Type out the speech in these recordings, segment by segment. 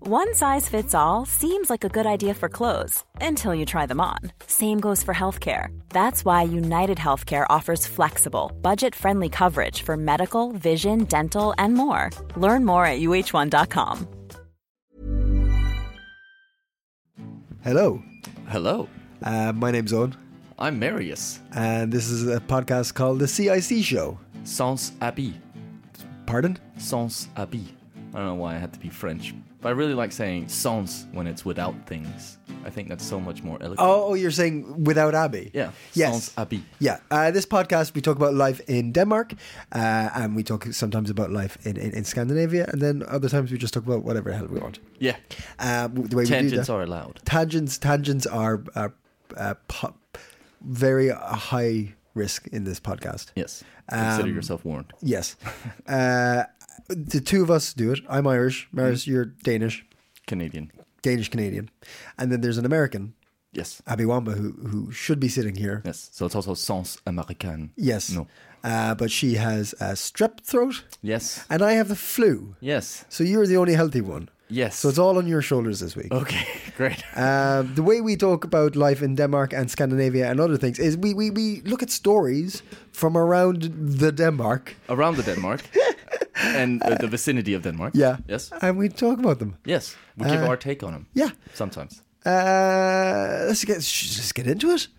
One size fits all seems like a good idea for clothes until you try them on. Same goes for healthcare. That's why United Healthcare offers flexible, budget friendly coverage for medical, vision, dental, and more. Learn more at uh1.com. Hello, Hello, uh, my name's Owen, I'm Marius. and this is a podcast called The CIC Show. Sans habit. Pardon? Sans habit. I don't know why I had to be French, but I really like saying sans when it's without things. I think that's so much more eloquent. Oh, oh, you're saying without Abby? Yeah, Yes. sans habit. Yeah. Uh, this podcast, we talk about life in Denmark, uh, and we talk sometimes about life in, in, in Scandinavia, and then other times we just talk about whatever the hell we want. Yeah. Uh, w- the way we do Tangents that. are allowed. tangents tangents are, are uh, po- very high risk in this podcast. Yes. Consider Um, yourself warned. Yes. uh, the two of us do it. I'm Irish. Maris, Mm-hmm. you're Danish, Canadian. Danish Canadian, and then there's an American, Yes. Abby Wamba, who who should be sitting here. Yes. So it's also sans américain. Yes. No. Uh, but she has a strep throat, Yes. and I have the flu. Yes. So you're the only healthy one. Yes. So it's all on your shoulders this week. okay. Great. Um, the way we talk about life in Denmark and Scandinavia and other things is we, we, we look at stories from around the Denmark. Around the Denmark and uh, the vicinity of Denmark. Yeah. Yes. And we talk about them. Yes. We give Uh, our take on them. yeah. Sometimes. Uh, let's get sh- let's get into it.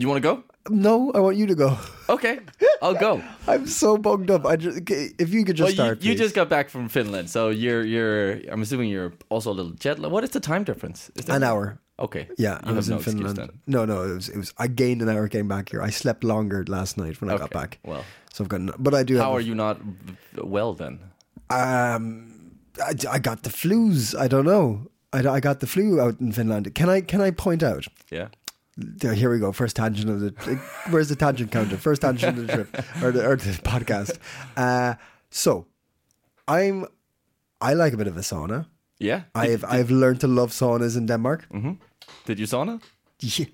You want to go? No, I want you to go. Okay. I'll go. I'm so bunged up. I just, okay, if you could just well, start. you, you please. just got back from Finland, so you're you're. I'm assuming you're also a little jet lag. What is the time difference? Is there- an hour. Okay. Yeah, You I have was no in excuse Finland. then. No, no, it was, it was. I gained an hour. Came back here. I slept longer last night when I got Okay, back. well. so I've got. no- But I do. have How a- are you not well then? Um, I, I got the flus. I don't know. I, I got the flu out in Finland. Can I can I point out? Yeah. There, here we go. First tangent of the. Where's the tangent counter? First tangent of the trip or the, or the podcast. Uh, so, I'm. I like a bit of a sauna. Yeah. I've I've learned to love saunas in Denmark. Mm-hmm. Did you sauna? Yeah.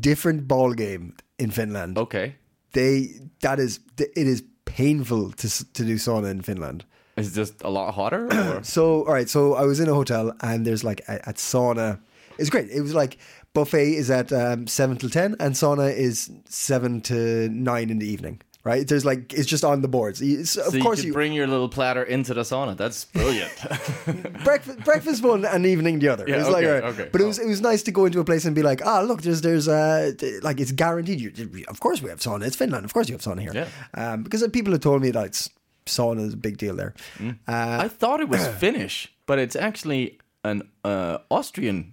Different ball game in Finland. Okay. They that is it is painful to s- to do sauna in Finland. Is it just a lot hotter? Or? So, all right. So I was in a hotel and there's like a, at sauna. It's great. It was like buffet is at um, seven till ten, and sauna is seven to nine in the evening. Right? There's like it's just on the boards. You- so of so course, you, could you, Uh, bring your little platter into the sauna. That's brilliant. breakfast breakfast one and evening the other. Yeah, it was like, okay, all right. okay. Oh. But it was it was nice to go into a place and be like, ah, look, there's there's uh th- like it's guaranteed. You of course we have sauna. It's Finland. Of course you have sauna here. Yeah. Um, because people have told me that it's- sauna is a big deal there. Mm. Uh, I thought it was Finnish, but it's actually an uh, Austrian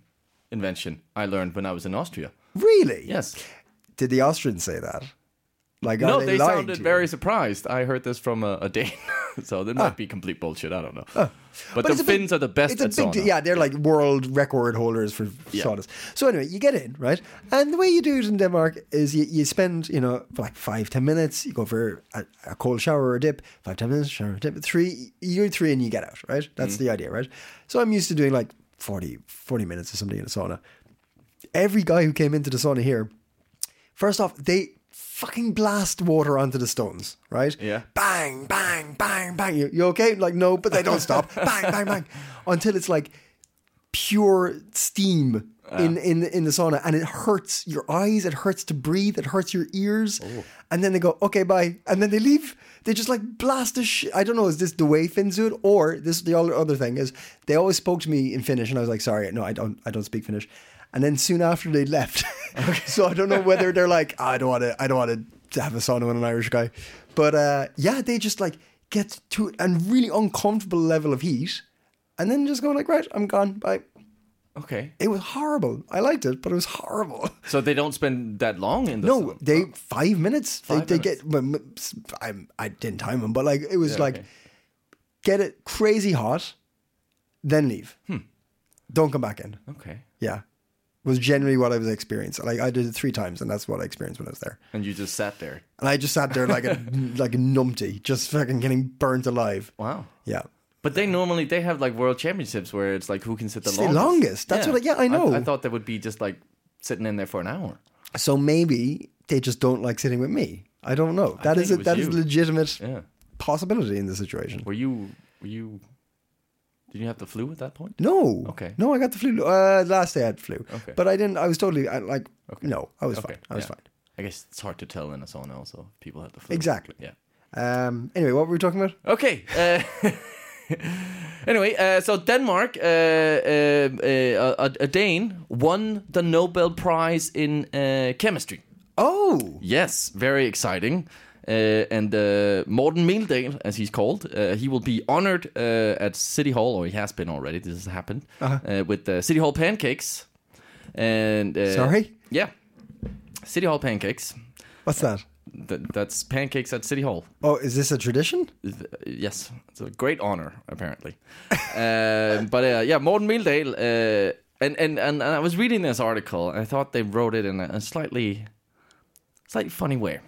invention. I learned when I was in Austria. Really? Yes. Did the Austrians say that? Like, are no, they, they, lying sounded to you? Ah. very surprised. I heard this from a, a Dane, so that might be complete bullshit. I don't know. But, But the it's a big- Finns are the best It's a at big sauna. deal. Yeah, they're like world record holders for Yeah. saunas. So anyway, you get in, right? And the way you do it in Denmark is you, you spend, you know, for like five, ten minutes. You go for a, a cold shower or a dip. Five, ten minutes, shower, dip. Three, you're three and you get out, right? That's Mm-hmm. the idea, right? So I'm used to doing like 40, 40 minutes or something in a sauna. Every guy who came into the sauna here, first off, they fucking blast water onto the stones, right? Yeah. Bang, bang, bang, bang. You, you okay? Like, no, but they don't stop. bang, bang, bang. Until it's like pure steam in, in, in the sauna and it hurts your eyes, it hurts to breathe, it hurts your ears. And then they go, okay, bye. And then they leave. They just like blast the shit. I don't know, is this the way Finns do it? Or this the other other thing is they always spoke to me in Finnish and I was like, sorry, no, I don't I don't speak Finnish. And then soon after they left. so I don't know whether they're like, "Ah, I don't wanna I don't wanna have a sauna with an Irish guy. But uh, yeah, they just like get to a really uncomfortable level of heat and then just go like, right, I'm gone. Bye. Okay. It was horrible. I liked it, but it was horrible. So they don't spend that long in the No, sauna. they five minutes. Five they, they minutes. get. but- but I'm. I didn't time them, but like it was Yeah, like, okay. get it crazy hot, then leave. Hmm. Don't come back in. Okay. Yeah, was generally what I was experiencing. Like I did it three times, and that's what I experienced when I was there. And you just sat there. And I just sat there like a like a numpty, just fucking getting burnt alive. Wow. Yeah. But they normally they have like world championships where it's like who can sit the It's the longest. longest. That's what I- yeah, I know. I, thought they would be just like sitting in there for an hour. So maybe they just don't like sitting with me. I don't know. That think is it a, was that is you. legitimate Yeah. possibility in the situation. Were you were you Did you have the flu at that point? No. Okay. No, I got the flu. Uh, last day I had the flu. Okay. But I didn't. I was totally I, like. No, I was Okay, fine. I was yeah. fine. I guess it's hard to tell in a sauna also if people have the flu. Exactly. Yeah. Um. Anyway, what were we talking about? Okay. Uh, anyway, uh, so Denmark, uh, uh, uh, a, a Dane, won the Nobel Prize in uh, chemistry. Oh. Yes, very exciting. Uh, and uh, Morten Meldal, as he's called, uh, he will be honored uh, at City Hall, or he has been already. This has happened uh, with the City Hall pancakes. And uh, Sorry? yeah, City Hall pancakes. What's that? Th- that's pancakes at City Hall. Oh, is this a tradition? Th- yes, it's a great honor, apparently. uh, but uh, yeah, Morten Mildale, uh, and, and and and I was reading this article. And I thought they wrote it in a, a slightly, slightly funny way.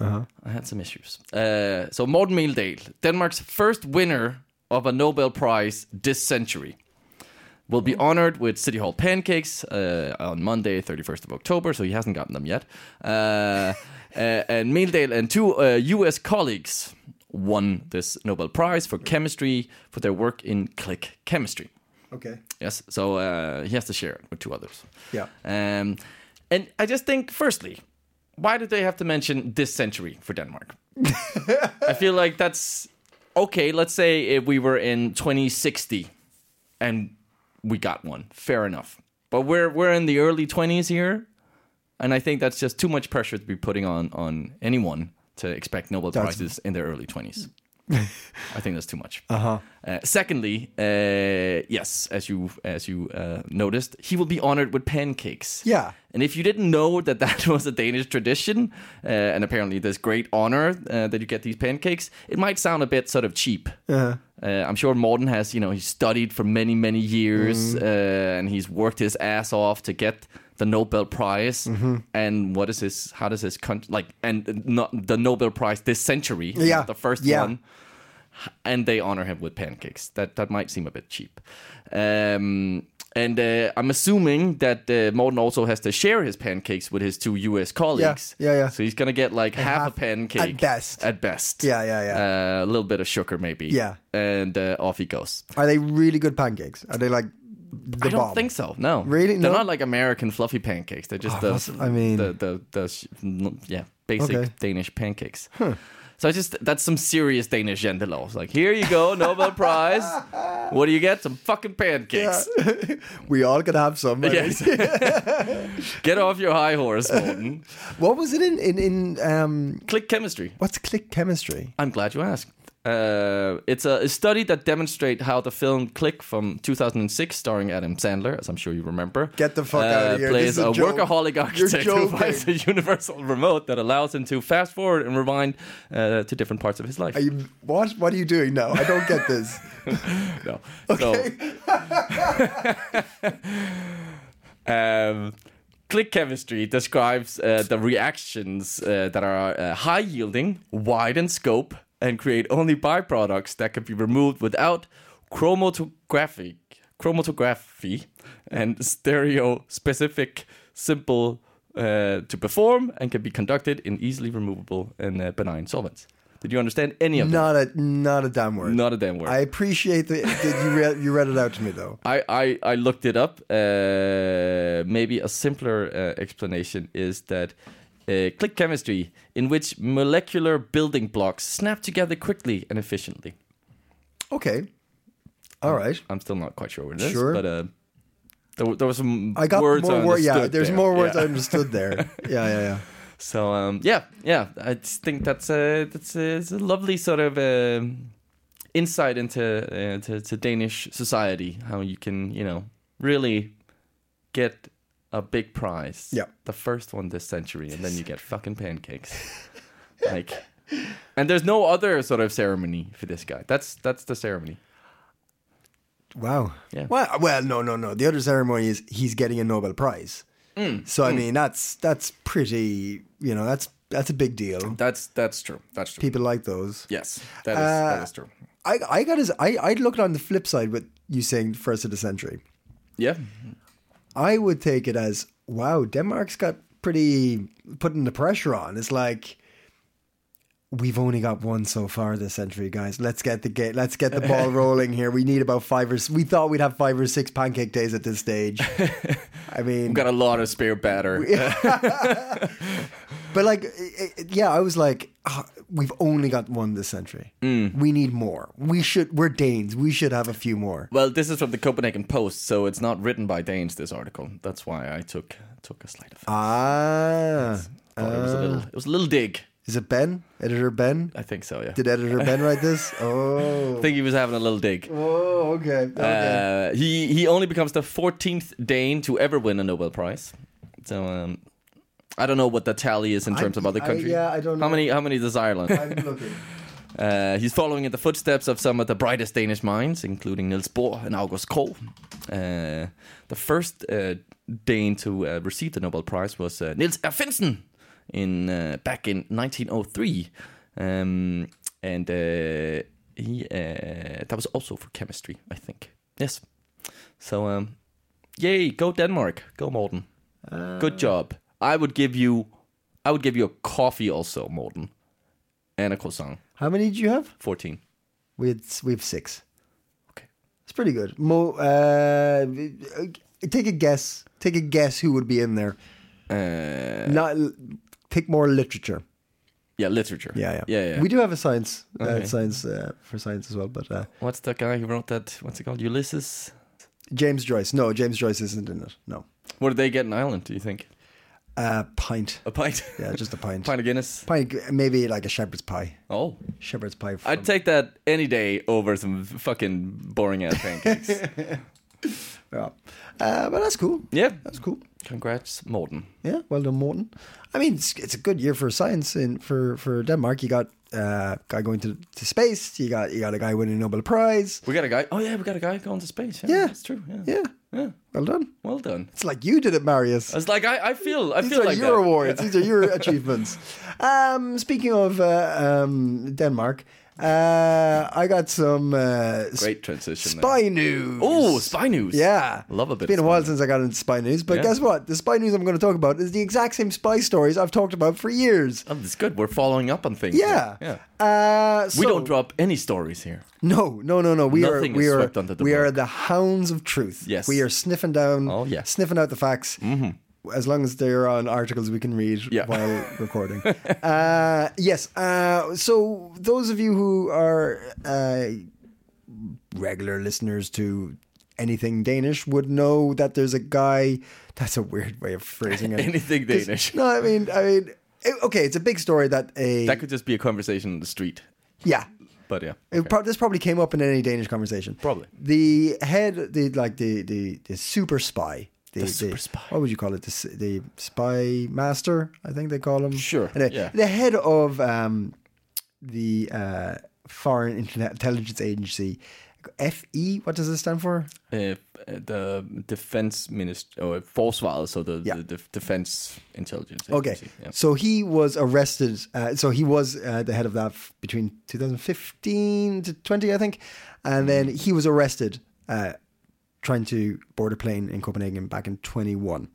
I had some issues. Uh, so Morten Mildale, Denmark's first winner of a Nobel Prize this century, will be honored with City Hall pancakes uh, on Monday, 31st of October. So he hasn't gotten them yet. Uh, uh, and Mildale and two uh, U.S. colleagues won this Nobel Prize for chemistry for their work in click chemistry. Okay. Yes, so uh, he has to share it with two others. Yeah. Um, and I just think, firstly, why did they have to mention this century for Denmark? I feel like that's okay. Let's say if we were in 2060 and we got one, fair enough. But we're we're in the early 20s here, and I think that's just too much pressure to be putting on on anyone to expect Nobel prizes in their early 20s. I think that's too much. Uh-huh. Secondly, uh, yes, as you as you uh, noticed, he will be honored with pancakes. Yeah. And if you didn't know that that was a Danish tradition, uh, and apparently this great honor uh, that you get these pancakes, it might sound a bit sort of cheap. Uh-huh. I'm sure Morten has, you know, he studied for many, many years, Mm-hmm. uh, and he's worked his ass off to get the Nobel Prize. Mm-hmm. And what is this? How does this country like? And not the Nobel Prize this century, not Yeah. the first Yeah. one and they honor him with pancakes. That that might seem a bit cheap. Um, and uh, I'm assuming that uh, Morten also has to share his pancakes with his two U.S. colleagues. yeah, yeah. So he's gonna get like half, half a pancake at best. At best. Yeah, yeah, yeah. Uh, a little bit of sugar, maybe. Yeah. And uh, off he goes. Are they really good pancakes? Are they like the I don't bomb? think so. No, Really? They're No? not like American fluffy pancakes. They're just Oh, the, that's- I mean- the the the sh- n- yeah basic Okay. Danish pancakes. So I just that's some serious Danish genderlaws. Like here you go, Nobel Prize. What do you get? Some fucking pancakes. we all could have some. I Yes. get off your high horse, Morten. think. What was it in in in um? Click chemistry. What's click chemistry? I'm glad you asked. Uh, it's a, a study that demonstrates how the film Click from 2006, starring Adam Sandler, as I'm sure you remember, uh, Get the fuck outta here. plays This is a a, joke. workaholic You're architect who joking. finds a universal remote that allows him to fast forward and rewind uh, to different parts of his life. Are you what? What are you doing now? I don't get this. no. So, um, click chemistry describes uh, the reactions uh, that are uh, high yielding, wide in scope, and create only byproducts that can be removed without chromatographic chromatography and stereo specific simple uh, to perform and can be conducted in easily removable and uh, benign solvents. Did you understand any of Not a not a damn word. that? Not a damn word. I appreciate that that you read you read it out to me though. I, I, I looked it up. Uh, maybe a simpler uh, explanation is that uh, click chemistry, in which molecular building blocks snap together quickly and efficiently. Okay. All right. I'm still not quite sure what it is, Sure. but uh, there, there was some I got words more I words. Yeah, understood there's there. more words Yeah. I understood there. Yeah, yeah, yeah. So um, yeah, yeah, I just think that's a that's a, it's a lovely sort of um insight into uh, to, to Danish society, how you can you know really get a big prize, Yeah. the first one this century, and then you get fucking pancakes, like. And there's no other sort of ceremony for this guy. That's that's the ceremony. Wow. Yeah. Well, well, no, no, no. The other ceremony is he's getting a Nobel Prize. Mm, So I mean, that's that's pretty. You know, that's that's a big deal. That's that's true. That's true. People like those. Yes, that is that is true. I I got his. I I'd look on the flip side with you saying first of the century. Yeah, I would take it as wow. Denmark's got pretty putting the pressure on. It's like we've only got one so far this century, guys. Let's get the ga- let's get the ball rolling here. We need about five or s- we thought we'd have five or six pancake days at this stage. I mean, Got a lot of spare batter. but like, i i yeah, I was like, ah, we've only got one this century. We need more. We should. We're Danes. We should have a few more. Well, this is from the Copenhagen Post, so it's not written by Danes. This article. That's why I took took a slight of. Ah, thought it was a little. It was a little dig. is it Ben? Editor Ben? I think so. Yeah. Did editor Ben write this? I Oh. think he was having a little dig. Oh, okay. okay. Uh, he he only becomes the 14th Dane to ever win a Nobel Prize. So um, I don't know what the tally is in terms of other I- countries. yeah, I don't How know. many how many does Ireland? I'm looking. Uh, he's following in the footsteps of some of the brightest Danish minds, including Niels Bohr and August Kohl. Uh, the first uh, Dane to uh, receive the Nobel Prize was uh, Niels Erfinsen in uh, back in 1903, um, and uh, he uh, that was also for chemistry, I think. Yes. So, um, yay! Go Denmark! Go Morten! Good job. I would give you, I would give you a coffee also, Morten, and a croissant. How many did you have? 14. We had s- we have six. Okay. It's pretty good. Mo, uh, take a guess. Take a guess who would be in there. Uh, Not pick more literature. yeah, literature. Yeah, yeah. We do have a science uh, Okay. science uh, for science as well, but uh, What's that guy who wrote that? What's it called? Ulysses? James Joyce. No, James Joyce isn't in it. No, What did they get in Ireland, do you think? uh, pint. A pint? Yeah, just a pint. pint of Guinness? Pint, maybe like a shepherd's pie. Oh. Shepherd's pie. From, I'd take that any day over some f- fucking boring ass pancakes. yeah. uh, but that's cool. yeah. That's cool. Congrats, Morton. Yeah, well done, Morton. I mean, it's, it's a good year for science in for for Denmark. You got uh, guy going to, to space. You got you got a guy winning a Nobel Prize. We got a guy. Oh, yeah, we got a guy going to space. Yeah. Yeah. That's true. Yeah. Yeah, Yeah. well done. Well done. It's like you did it, Marius. I was like, I, I feel, I These feel are like your that. awards. These are your achievements. Um, speaking of uh, um, Denmark, uh, I got some uh, s- Great transition. spy news. Oh, spy news. Yeah. Love a bit It's been of a while spy since I got into spy news, but Yeah. guess what? The spy news I'm going to talk about is the exact same spy stories I've talked about for years. Oh, that's good. We're following up on things. Yeah. Yeah. Uh, We so- don't drop any stories here. No, no, no, no. We Nothing are we is are swept under the we rug. are the hounds of truth. Yes. we are sniffing down. Oh, yeah. sniffing out the facts. As long as they're on articles we can read Yeah. while recording. uh, yes. Uh, so those of you who are uh, regular listeners to anything Danish would know that there's a guy. That's a weird way of phrasing it. Anything 'Cause- Danish. No, I mean, I mean, it- okay, it's a big story that a That could just be a conversation on the street. yeah. But yeah. It prob- this probably came up in any Danish conversation. Probably. the head, the like the the, the super spy, the, super spy. What would you call it? The, s- the spy master, I think they call him. Sure, Anyway, yeah. The head of um, the uh, Foreign Internet Intelligence Agency, FE. What does this stand for? Uh, the defense minister or Forsvaret, so the, Yeah. the, def- defense intelligence. Okay, agency, E, yeah. so he was arrested. Uh, so he was uh, the head of that f- between 2015 to 20, I think, and then he was arrested uh, trying to board a plane in Copenhagen back in 21,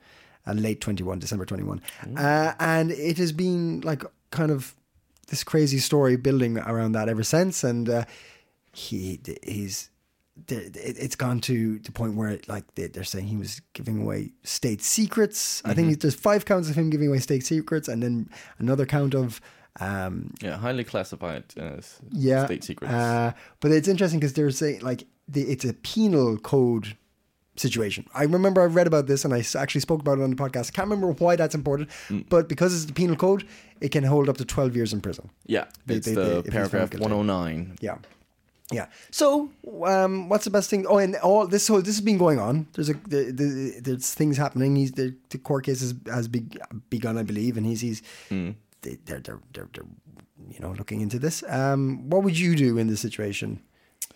uh, late 21, December 21, uh, and it has been like kind of this crazy story building around that ever since, and uh, he th- he's. th- it- It's gone to the point where, like, they- they're saying he was giving away state secrets. I think there's five counts of him giving away state secrets, and then another count of um, Yeah, highly classified uh, s- yeah, state secrets. Uh, but it's interesting because they're saying like the, it's a penal code situation. I remember I read about this and I s- actually spoke about it on the podcast. I can't remember why that's important, Mm. but because it's the penal code, it can hold up to twelve years in prison. yeah, they- it's they- they- the if he's found paragraph guilty. 109. Yeah. Yeah. So, um, what's the best thing? Oh, and all this. So this has been going on. There's a the, the, there's things happening. He's the, the court case has, has be, begun, I believe, and he's he's they, they're, they're they're they're you know looking into this. Um, what would you do in this situation?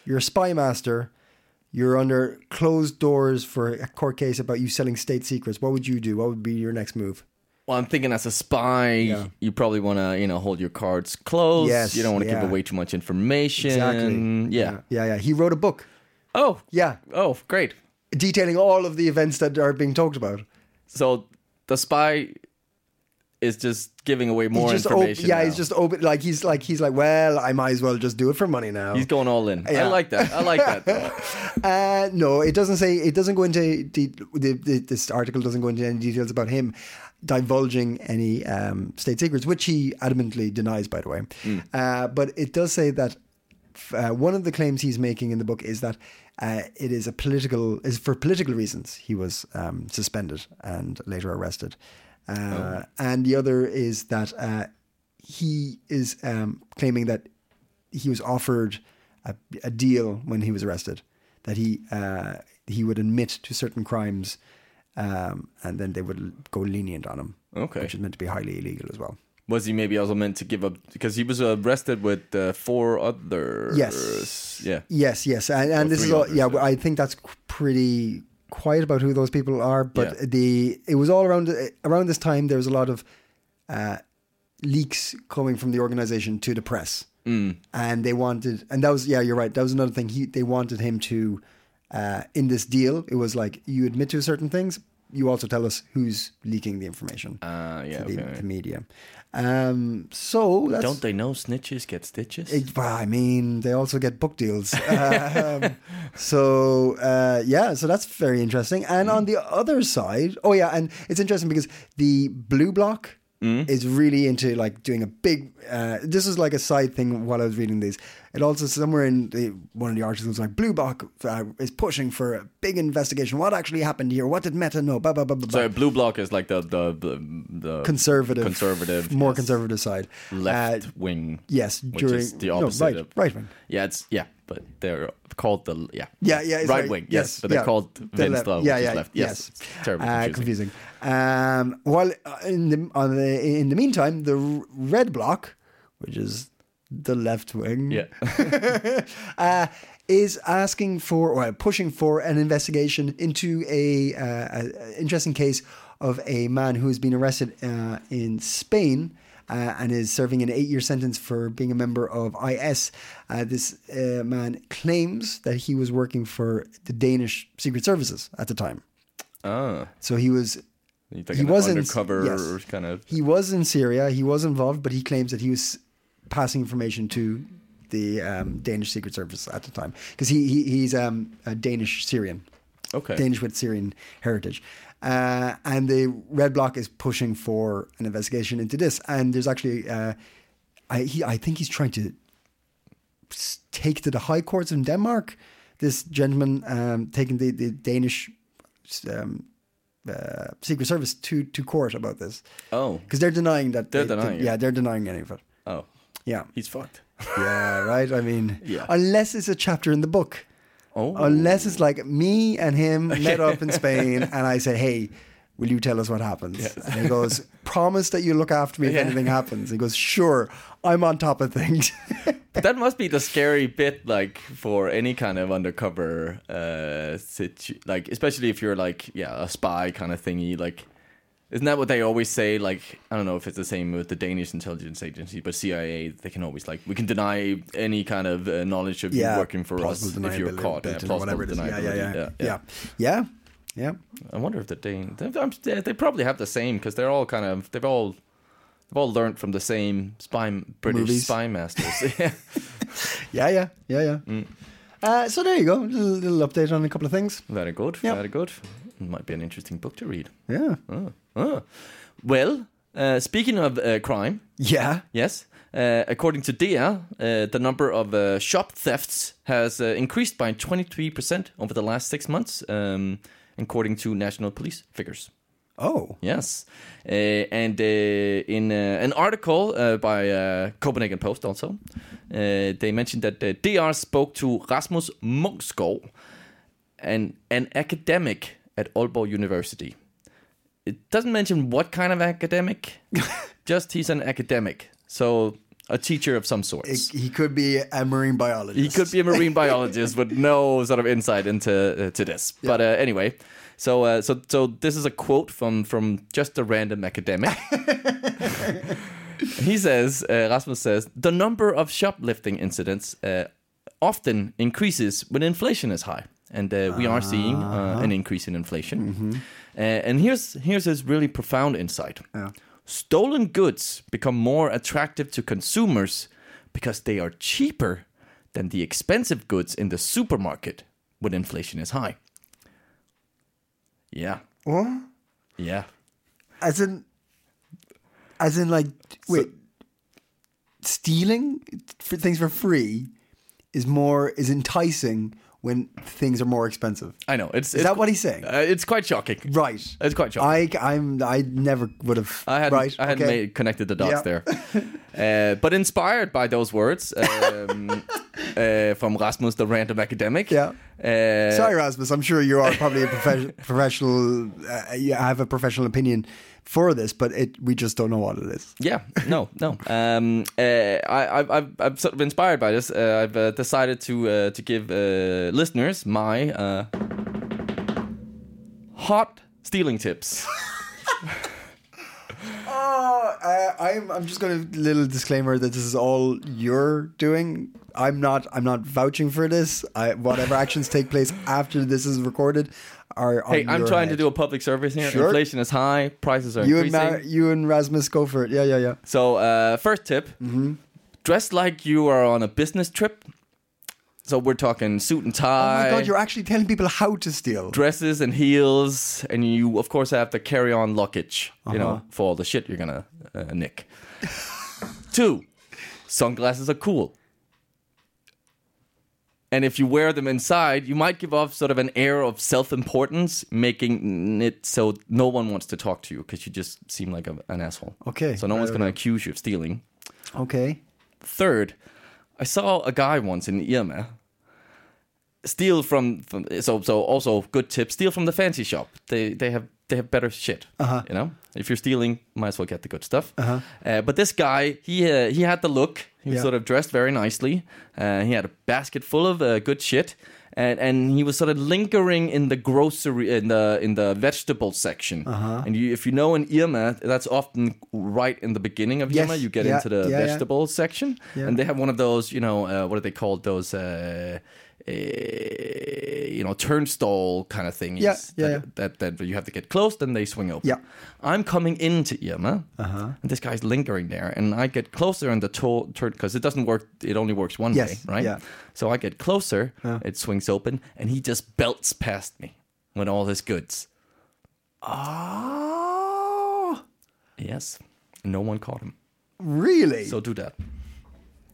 You're a spy master. You're under closed doors for a court case about you selling state secrets. What would you do? What would be your next move? Well, I'm thinking as a spy, Yeah. you probably want to, you know, hold your cards close. Yes, you don't want to yeah. give away too much information. Um, Yeah. Yeah. Yeah. He wrote a book. Oh. Yeah. Oh, great. Detailing all of the events that are being talked about. So the spy is just giving away more he's just op- information. yeah, now. he's just open. Like he's like he's like, well, I might as well just do it for money now. He's going all in. Oh. Yeah. I like that. I like that. though. Uh, no, it doesn't say. It doesn't go into de- the, the, this article doesn't go into any details about him divulging any um, state secrets, which he adamantly denies, by the way. Uh, but it does say that f- uh, one of the claims he's making in the book is that uh, it is a political is for political reasons he was um, suspended and later arrested, uh, and the other is that uh, he is um, claiming that he was offered a, a deal when he was arrested that he uh, he would admit to certain crimes, um, and then they would l- go lenient on him. Okay. which is meant to be highly illegal as well. Was he maybe also meant to give up because he was arrested with uh, four others? Yes. Yeah. Yes, yes, and, and this three is all. others, Yeah, yeah. I think that's qu- pretty quiet about who those people are. But Yeah. the it was all around around this time. There was a lot of uh, leaks coming from the organization to the press, mm. and they wanted. And that was yeah, you're right. That was another thing. He they wanted him to uh, in this deal. It was like you admit to certain things. You also tell us who's leaking the information Uh, yeah. to the, okay. the media. Um, so that's, Don't they know snitches get stitches? it- well, I mean, they also get book deals. Um, so uh, yeah, so that's very interesting. And on the other side, oh yeah, and it's interesting because the blue block Mm. is really into like doing a big. Uh, this is like a side thing while I was reading these. It also somewhere in the, one of the articles like blue block uh, is pushing for a big investigation. What actually happened here? What did Meta know? Blah blah blah blah. blah so blue block is like the the the, the conservative, conservative, more yes. conservative side. left Uh, wing. yes, which during is the no, opposite. right, of, right wing. Yeah, it's yeah, but they're called the yeah. Yeah, yeah, it's right, wing. Yes, but they're yeah. called The Vince left- the which is left. Yes, It's terribly Uh, confusing. confusing. Um, while uh, in the, on the in the meantime, the r- red block, which is the left wing, Yeah, uh, is asking for or pushing for an investigation into a, uh, a- a interesting case of a man who has been arrested uh, in Spain. Uh, and is serving an eight-year sentence for being a member of IS. Uh, this uh, man claims that he was working for the Danish secret services at the time. oh, So he was you he wasn't undercover yes. or kind of. He was in Syria. He was involved, but he claims that he was passing information to the um, Danish Secret Service at the time because he, he he's um, a Danish Syrian, Okay. Danish with Syrian heritage. Uh, and the Red Bloc is pushing for an investigation into this. And there's actually, uh, I he, I think he's trying to s- take to the high courts in Denmark. This gentleman um, taking the, the Danish um, uh, Secret Service to, to court about this Oh, because they're denying that They're they- they- denying it. yeah, they're denying any of it. oh, Yeah, he's fucked. yeah, right. I mean, Yeah. unless it's a chapter in the book, Oh, unless it's like me and him met up in Spain, and I say, "Hey, will you tell us what happens?" And he goes, "Promise that you look after me if Yeah. anything happens." He goes, "Sure, I'm on top of things." But that must be the scary bit, like for any kind of undercover uh, situ- like especially if you're like yeah a spy kind of thingy. Like, isn't that what they always say? Like, I don't know if it's the same with the Danish intelligence agency, but CIA they can always like we can deny any kind of uh, knowledge of yeah, you working for us plausible if you're deniability, caught. Yeah, or plausible whatever it is. Yeah, yeah, deniability. yeah, yeah, yeah. yeah, yeah. yeah. I wonder if the Dane. They, I'm- they- they probably have the same because they're all kind of they've all they've all learned from the same spy British Movies. spy masters. Yeah, yeah, yeah, yeah. Mm. Uh, so there you go. Little, little update on a couple of things. Very good. Yeah. Very good. Might be an interesting book to read. Yeah, Ah, ah. Well, uh, speaking of uh, crime, yeah. yes. Uh, according to DIA, uh, the number of uh, shop thefts has uh, increased by 23% over the last six months, um, according to national police figures. Oh, Yes, uh, and uh, in uh, an article uh, by uh, Copenhagen Post also, uh, they mentioned that uh, DR spoke to Rasmus Mungskov, an an academic at Aalborg University. It doesn't mention what kind of academic, just he's an academic, so a teacher of some sort. he could be a marine biologist. He could be a marine biologist with no sort of insight into uh, to this. But uh, anyway, so uh, so so this is a quote from from just a random academic. he says, uh, Rasmus says, the number of shoplifting incidents uh, often increases when inflation is high, and uh, we are seeing Uh-huh. Mm-hmm. uh, an increase in inflation. Uh, and here's here's his really profound insight. stolen goods become more attractive to consumers because they are cheaper than the expensive goods in the supermarket when inflation is high. Yeah. What? Yeah. As in, as in, like, wait, stealing for things for free is more is enticing when things are more expensive. I know. It's, Is it's that what he's saying? Uh, it's quite shocking. right. It's quite shocking. I I'm I never would have. I hadn't, right. I hadn't okay. made, connected the dots Yeah. there. Uh, but inspired by those words um, uh, from Rasmus, the random academic. Yeah. Uh, Sorry, Rasmus. I'm sure you are probably a profe- professional. Uh, you have a professional opinion for this, but it we just don't know what it is. Yeah, no, no. Um, uh, I, I've, I've, I'm sort of inspired by this. Uh, I've uh, decided to uh, to give uh, listeners my uh, hot stealing tips. Oh, uh, I'm. I'm just going to little disclaimer that this is all you're doing. I'm not. I'm not vouching for this. I, whatever actions take place after this is recorded are. Hey, I'm trying to do a public service here. Sure. Inflation is high, prices are You and increasing. Mar- you and Rasmus go for it. Yeah, yeah, yeah. So, uh, first tip Mm-hmm. dress like you are on a business trip. So, we're talking suit and Oh tie, my god, you're actually telling people how to steal. dresses and heels, and you, of course, have to carry on luggage, you know, Uh-huh. for all the shit you're gonna uh, nick. Two, sunglasses are cool. And if you wear them inside, you might give off sort of an air of self importance, making it so no one wants to talk to you because you just seem like a, an asshole. Okay. So no Right, one's going to accuse you of stealing. Okay. Third, I saw a guy once in Irma steal from, from so so also good tip steal from the fancy shop. They they have they have better shit. Uh-huh. You know, if you're stealing, might as well get the good stuff. Uh-huh. but this guy, he uh, he had the look. He was Yeah. sort of dressed very nicely. Uh, he had a basket full of uh, good shit. And, and he was sort of lingering in the grocery in the in the vegetable section. Uh-huh. And you, if you know in Irma, that's often right in the beginning of Yes, Irma. You get yeah, into the yeah, yeah. vegetable vegetables section, Yeah. and they have one of those, you know, uh, what are they called? Those, uh, uh, you know, turnstile kind of things. Yeah, yeah, that, That, that you have to get close, then they swing open. Yeah. Uh-huh. I'm coming into Irma, and this guy's lingering there, and I get closer, and the to- turn because it doesn't work. It only works one Yes, way, right? yeah. Uh-huh. So I get closer, it swings open, and he just belts past me with all his goods. Ah. Oh, Yes, no one caught him. really? So do that.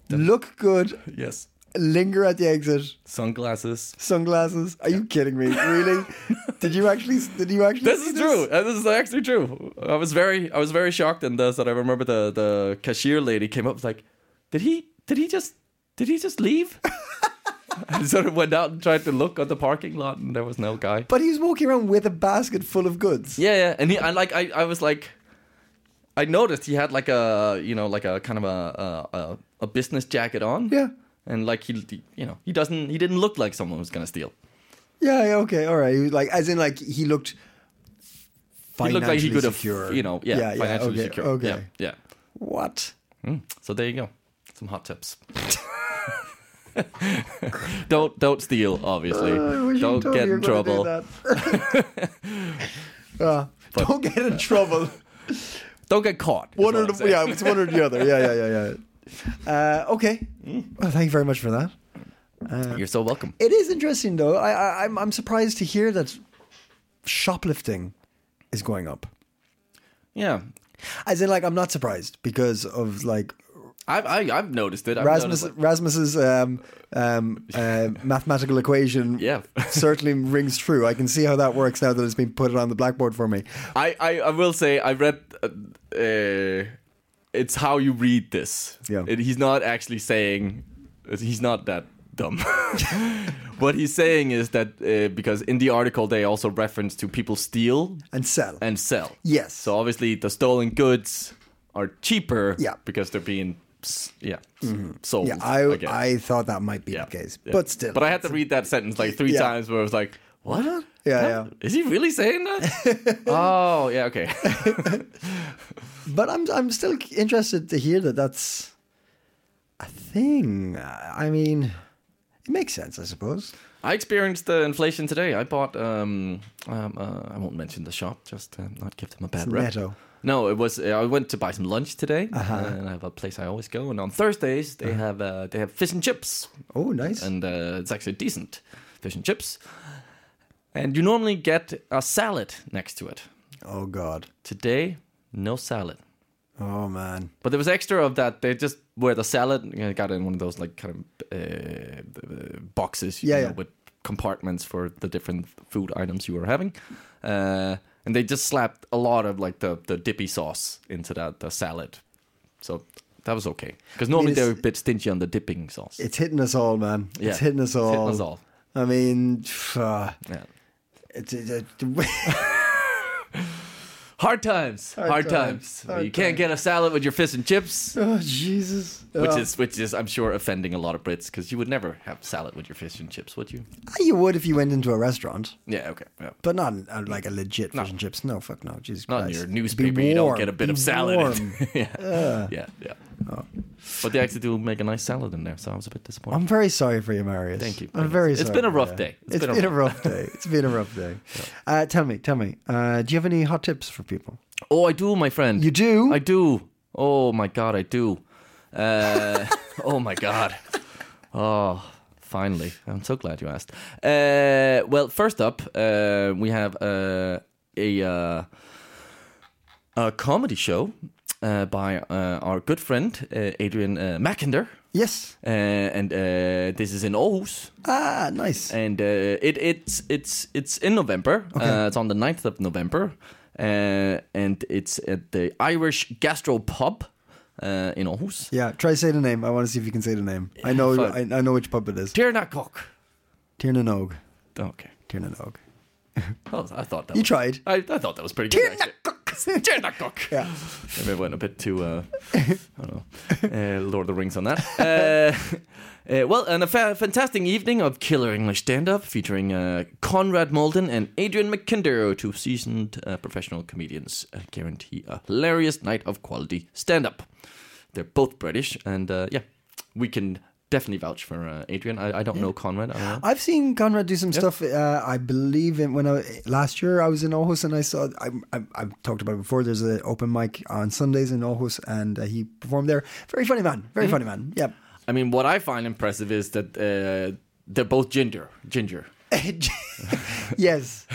Look good, Yes. linger at the exit, Sunglasses, sunglasses. Are you kidding me? Really? did you actually? Did you actually? This see is true. Uh, This is actually true. I was very, I was very shocked in this. That I remember the the cashier lady came up was like, "Did he? Did he just? Did he just leave?" I sort of went out and tried to look at the parking lot, and there was no guy. But he was walking around with a basket full of goods. Yeah, yeah. And he, I like, I, I was like, I noticed he had like a, you know, like a kind of a a, a, a business jacket on. Yeah. And like he, you know, he doesn't, he didn't look like someone who's gonna steal. Yeah. yeah okay. All right. He was Like, as in, like he looked. He looked like he financially could secure. have, you know, yeah, financially okay, secure. Okay. Yeah, yeah. What? Mm. So there you go. Some hot tips. don't don't steal, obviously. Uh, I wish you don't told me get you in were gonna do trouble. that. Uh, don't get in trouble. Don't get caught. is One what or I'm the, saying. yeah, it's one or the other. Yeah, yeah, yeah, yeah. Uh, okay. Mm. Well, thank you very much for that. You're so welcome. It is interesting though. I, I I'm I'm surprised to hear that shoplifting is going up. Yeah. As in, like, I'm not surprised because of like I've I, I've noticed it. I've Rasmus noticed it. Rasmus's um, um, uh, mathematical equation. Yeah. certainly rings true. I can see how that works now that it's been put on the blackboard for me. I, I, I will say I read uh, uh, it's how you read this. Yeah. And he's not actually saying he's not that dumb. what he's saying is that uh, because in the article they also reference to people steal And sell. and sell. Yes. So obviously the stolen goods are cheaper. Yeah. Mm-hmm. Because they're being s- yeah s- sold. yeah, I guess. I I thought that might be Yeah, the case, yeah. but still. But I had to read that sentence like three Yeah. times where I was like, what? Yeah, Huh? yeah. Is he really saying that? oh yeah. Okay. But I'm I'm still interested to hear that that's a thing. I mean, it makes sense, I suppose. I experienced the inflation today. I bought. Um, um, uh, I won't mention the shop, just uh, not give them a bad rep. Netto. No, it was. uh, I went to buy some lunch today, Uh-huh. and I have a place I always go. And on Thursdays they have uh, they have fish and chips, Oh, nice. and uh, it's actually decent fish and chips. And you normally get a salad next to it. oh God. Today, no salad. Oh man. But there was extra of that. They just where the salad you know, got in one of those like kind of uh, uh, boxes, you Yeah, know, yeah. with compartments for the different food items you were having, uh, and they just slapped a lot of like the the dippy sauce into that the salad. So that was okay because normally it's- they're a bit stingy on the dipping sauce. It's hitting us all, man. Yeah. It's hitting us It's hitting all. us all. I mean, pff, uh, Yeah. it's, it's, it's- Hard times, hard, times. times, hard you can't get a salad with your fish and chips, oh Jesus. which Oh. is which is I'm sure offending a lot of Brits because you would never have salad with your fish and chips, would you? you would if you went into a restaurant, Yeah, okay. Yeah. but not uh, like a legit fish and chips. No, fuck no. Jesus Not in Christ. your Be newspaper, you don't warm. get a bit Be of salad. in warm. it. yeah. yeah, Oh. yeah, But they actually do make a nice salad in there, so I was a bit disappointed. I'm very sorry for you, Marius. Thank you. I'm very It's sorry. been a for rough you. day. it's been, a rough day. It's been a rough day. Uh, tell me, tell me. Uh, do you have any hot tips for people? oh, I do, my friend. You do? I do. Oh my god, I do. Uh, oh my god. Oh, finally. I'm so glad you asked. Uh, well, first up, uh, we have uh, a uh, a comedy show uh, by uh, our good friend uh, Adrian uh, Mackinder. Yes. uh, and uh, this is in Aarhus, Ah, nice. and uh, it it's it's it's in November. Uh, it's on the 9th of November, uh, and it's at the Irish Gastro Pub uh, in Aarhus. Yeah, try say the name. I want to see if you can say the name. I know. fuck. I, I know which pub it is. Tiernacock. Tiernanog. Okay. Tiernanog. Oh, I thought that You was, tried. I, I thought that was pretty good. actually. Tiernacock. Yeah. Maybe I went a bit too, uh, I don't know, uh, Lord of the Rings on that. Uh, uh, well, and a fa- fantastic evening of killer English stand-up featuring uh, Conrad Molden and Adrian McKinder, two seasoned uh, professional comedians, uh, guarantee a hilarious night of quality stand-up. They're both British, and uh, yeah, we can definitely vouch for uh, Adrian. I, I don't know Conrad. I don't know. I've seen Conrad do some stuff. Uh, I believe in when I last year I was in Aarhus and I saw. I, I, I've talked about it before. There's an open mic on Sundays in Aarhus, and uh, he performed there. Very funny man. Mm-hmm. Very funny man. Yeah. I mean, what I find impressive is that uh, they're both ginger. Ginger. yes,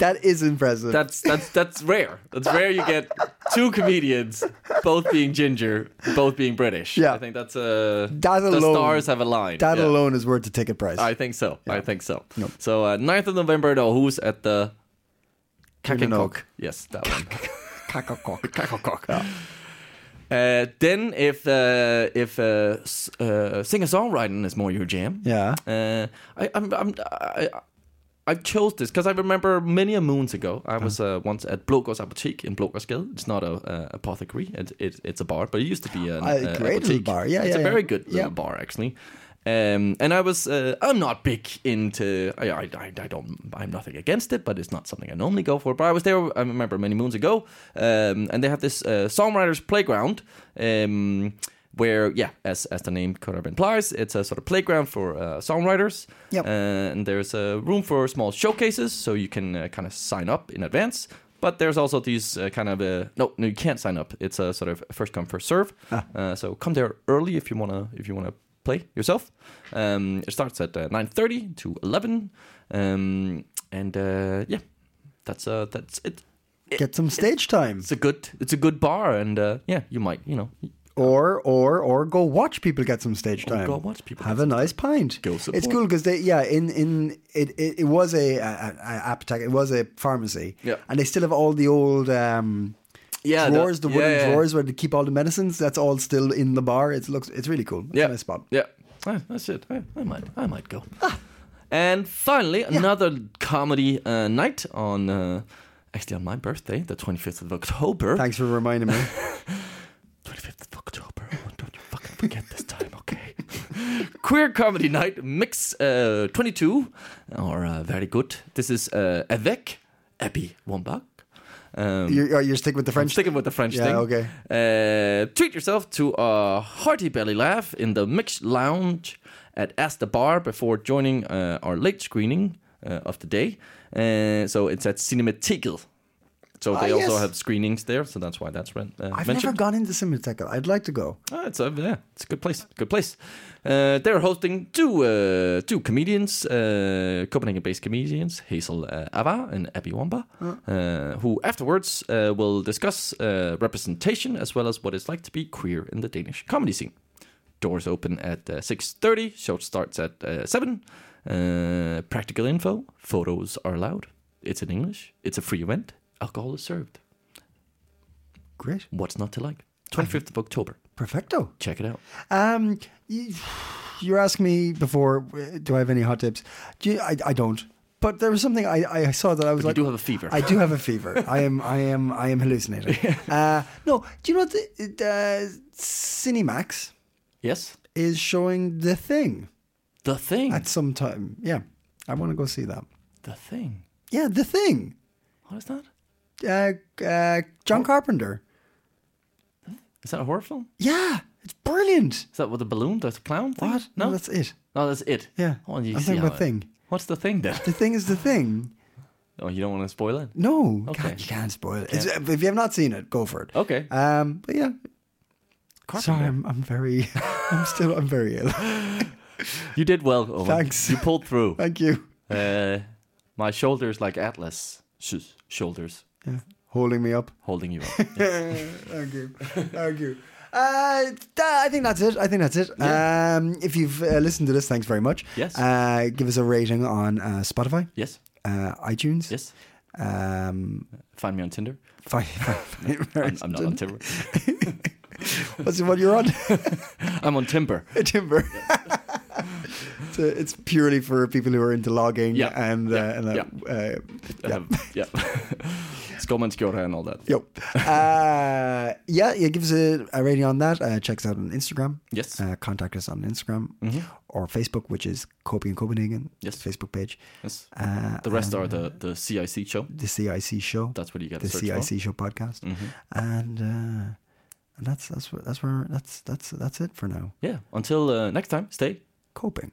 that is impressive. That's that's that's rare. That's rare. You get two comedians, both being ginger, both being British. Yeah. I think that's a That the alone- stars have aligned. that Yeah. alone is worth the ticket price. I think so. I think so. So uh, 9th of November, though, who's at the Kakenok? Kakenok. Yes, that one. Kakakok. Uh, then, if uh, if uh, s- uh, singer songwriting is more your jam, Yeah. uh, I, I'm, I'm, I, I chose this because I remember many a moons ago. I was Uh-huh. uh, once at Blågårds Apotek in Blågårdsgade. It's not a, uh apothecary; it, it, it's a bar, but it used to be an, A uh, great little apotheek. bar. Yeah, it's yeah, a yeah. very good uh, little Yeah. bar actually. Um, and I was, uh, I'm not big into, I, I, I, I don't, I'm nothing against it, but it's not something I normally go for. But I was there, I remember many moons ago, um, and they have this uh, songwriters playground, um, where, yeah, as as the name kind of implies, it's a sort of playground for uh, songwriters. Uh, Yep. and there's a room for small showcases, so you can uh, kind of sign up in advance. But there's also these uh, kind of uh, no, no, you can't sign up. It's a sort of first come first serve. Uh, so come there early if you wanna if you wanna play yourself. Um, it starts at uh, nine thirty to eleven, um, and uh, yeah, that's uh, that's it. Get some stage time, It's a good it's a good bar, and uh, yeah, you might you know or or or go watch people get some stage time. go watch people Have a nice pint. Go It's support. cool because they yeah in in it it, it was a, a, a apothec- it was a pharmacy. Yeah. and they still have all the old. Um, Yeah, the- drawers, the, yeah, wooden yeah. drawers where they keep all the medicines. That's all still in the bar. It looks, it's really cool. It's yeah a nice spot. yeah. Ah, that's it. I, I might I might go. And finally, another comedy uh, night on uh, actually on my birthday, the twenty fifth of October. Thanks for reminding me. 25th of October. Oh, don't you fucking forget this time, okay? Queer Comedy Night Mix uh, 22, or uh, very good. This is uh, avec Abby Wambach. Um, you're, oh, you're- you're sticking with the I'm French. sticking with the French Yeah, thing. okay. Uh, treat yourself to a hearty belly laugh in the mixed lounge at Asta Bar before joining uh, our late screening uh, of the day. Uh, so it's at Cinematical. So Ah, they also yes. have screenings there, so that's why that's rent, uh, I've mentioned. never gone into Simulteca. I'd like to go. Ah, it's a yeah, it's a good place. Good place. Uh, they're hosting two uh, two comedians, uh, Copenhagen-based comedians Hazel uh, Ava and Abby Wamba, uh, who afterwards uh, will discuss uh, representation as well as what it's like to be queer in the Danish comedy scene. Doors open at uh, six thirty. Show starts at uh, seven. Uh, practical info: photos are allowed. It's in English. It's a free event. Alcohol is served. Great. What's not to like? Twenty fifth of October. Perfecto. Check it out. Um, you, you were asking me before, uh, do I have any hot tips? Do you, I, I don't. But there was something I, I saw that I was But like, you do have a fever. I do have a fever. I am, I am, I am hallucinating. uh, no, do you know what? The, uh, Cinemax yes. is showing The Thing The thing. at some time. Yeah, I want to go see that. the thing. Yeah, The Thing. What is that? Uh, uh, Oh. John Carpenter. Is that a horror film? Yeah, it's brilliant. Is that with the balloon? The clown? Thing? What? No, that's it. no, that's it. Yeah. Oh, you I'm see talking how about it- Thing. What's the thing then? The Thing is The Thing. oh, you don't want to spoil it. No, Okay. God, you can't spoil it. It's- uh, if you have not seen it, go for it. Okay. Um, but yeah, sorry, I'm, I'm very, I'm still, I'm very ill. You did well. Owen. Thanks. You pulled through. Thank you. uh, my shoulders like Atlas. Sh- shoulders Yeah, holding me up. holding you up. Thank you. Thank you. Uh, tha- I think that's it. I think that's it. Um, if you've uh, listened to this, thanks very much. Yes. Uh, give us a rating on uh, Spotify, yes. uh, iTunes. Yes. Um, Find me on Tinder. fine, I'm, I'm not on Tinder. What's what you're on? I'm on Timber. Timber. it's, uh, it's purely for people who are into logging Yeah, and yeah, uh, and that, uh, Yeah. Um, yeah. Skolmanskjorta and all that. Yo. Uh, yeah, yeah, give us a, a rating on that. Uh, check us out on Instagram. Yes. Mm-hmm. Uh, contact us on Instagram or Facebook, which is Coping in Copenhagen. Yes. Facebook page. Yes. Uh, The rest are the, the CIC show. the CIC show. That's what you got to the search CIC for. Mm-hmm. show podcast. And uh, and that's that's where, that's where that's that's that's it for now. Yeah. Until uh, next time, stay Coping.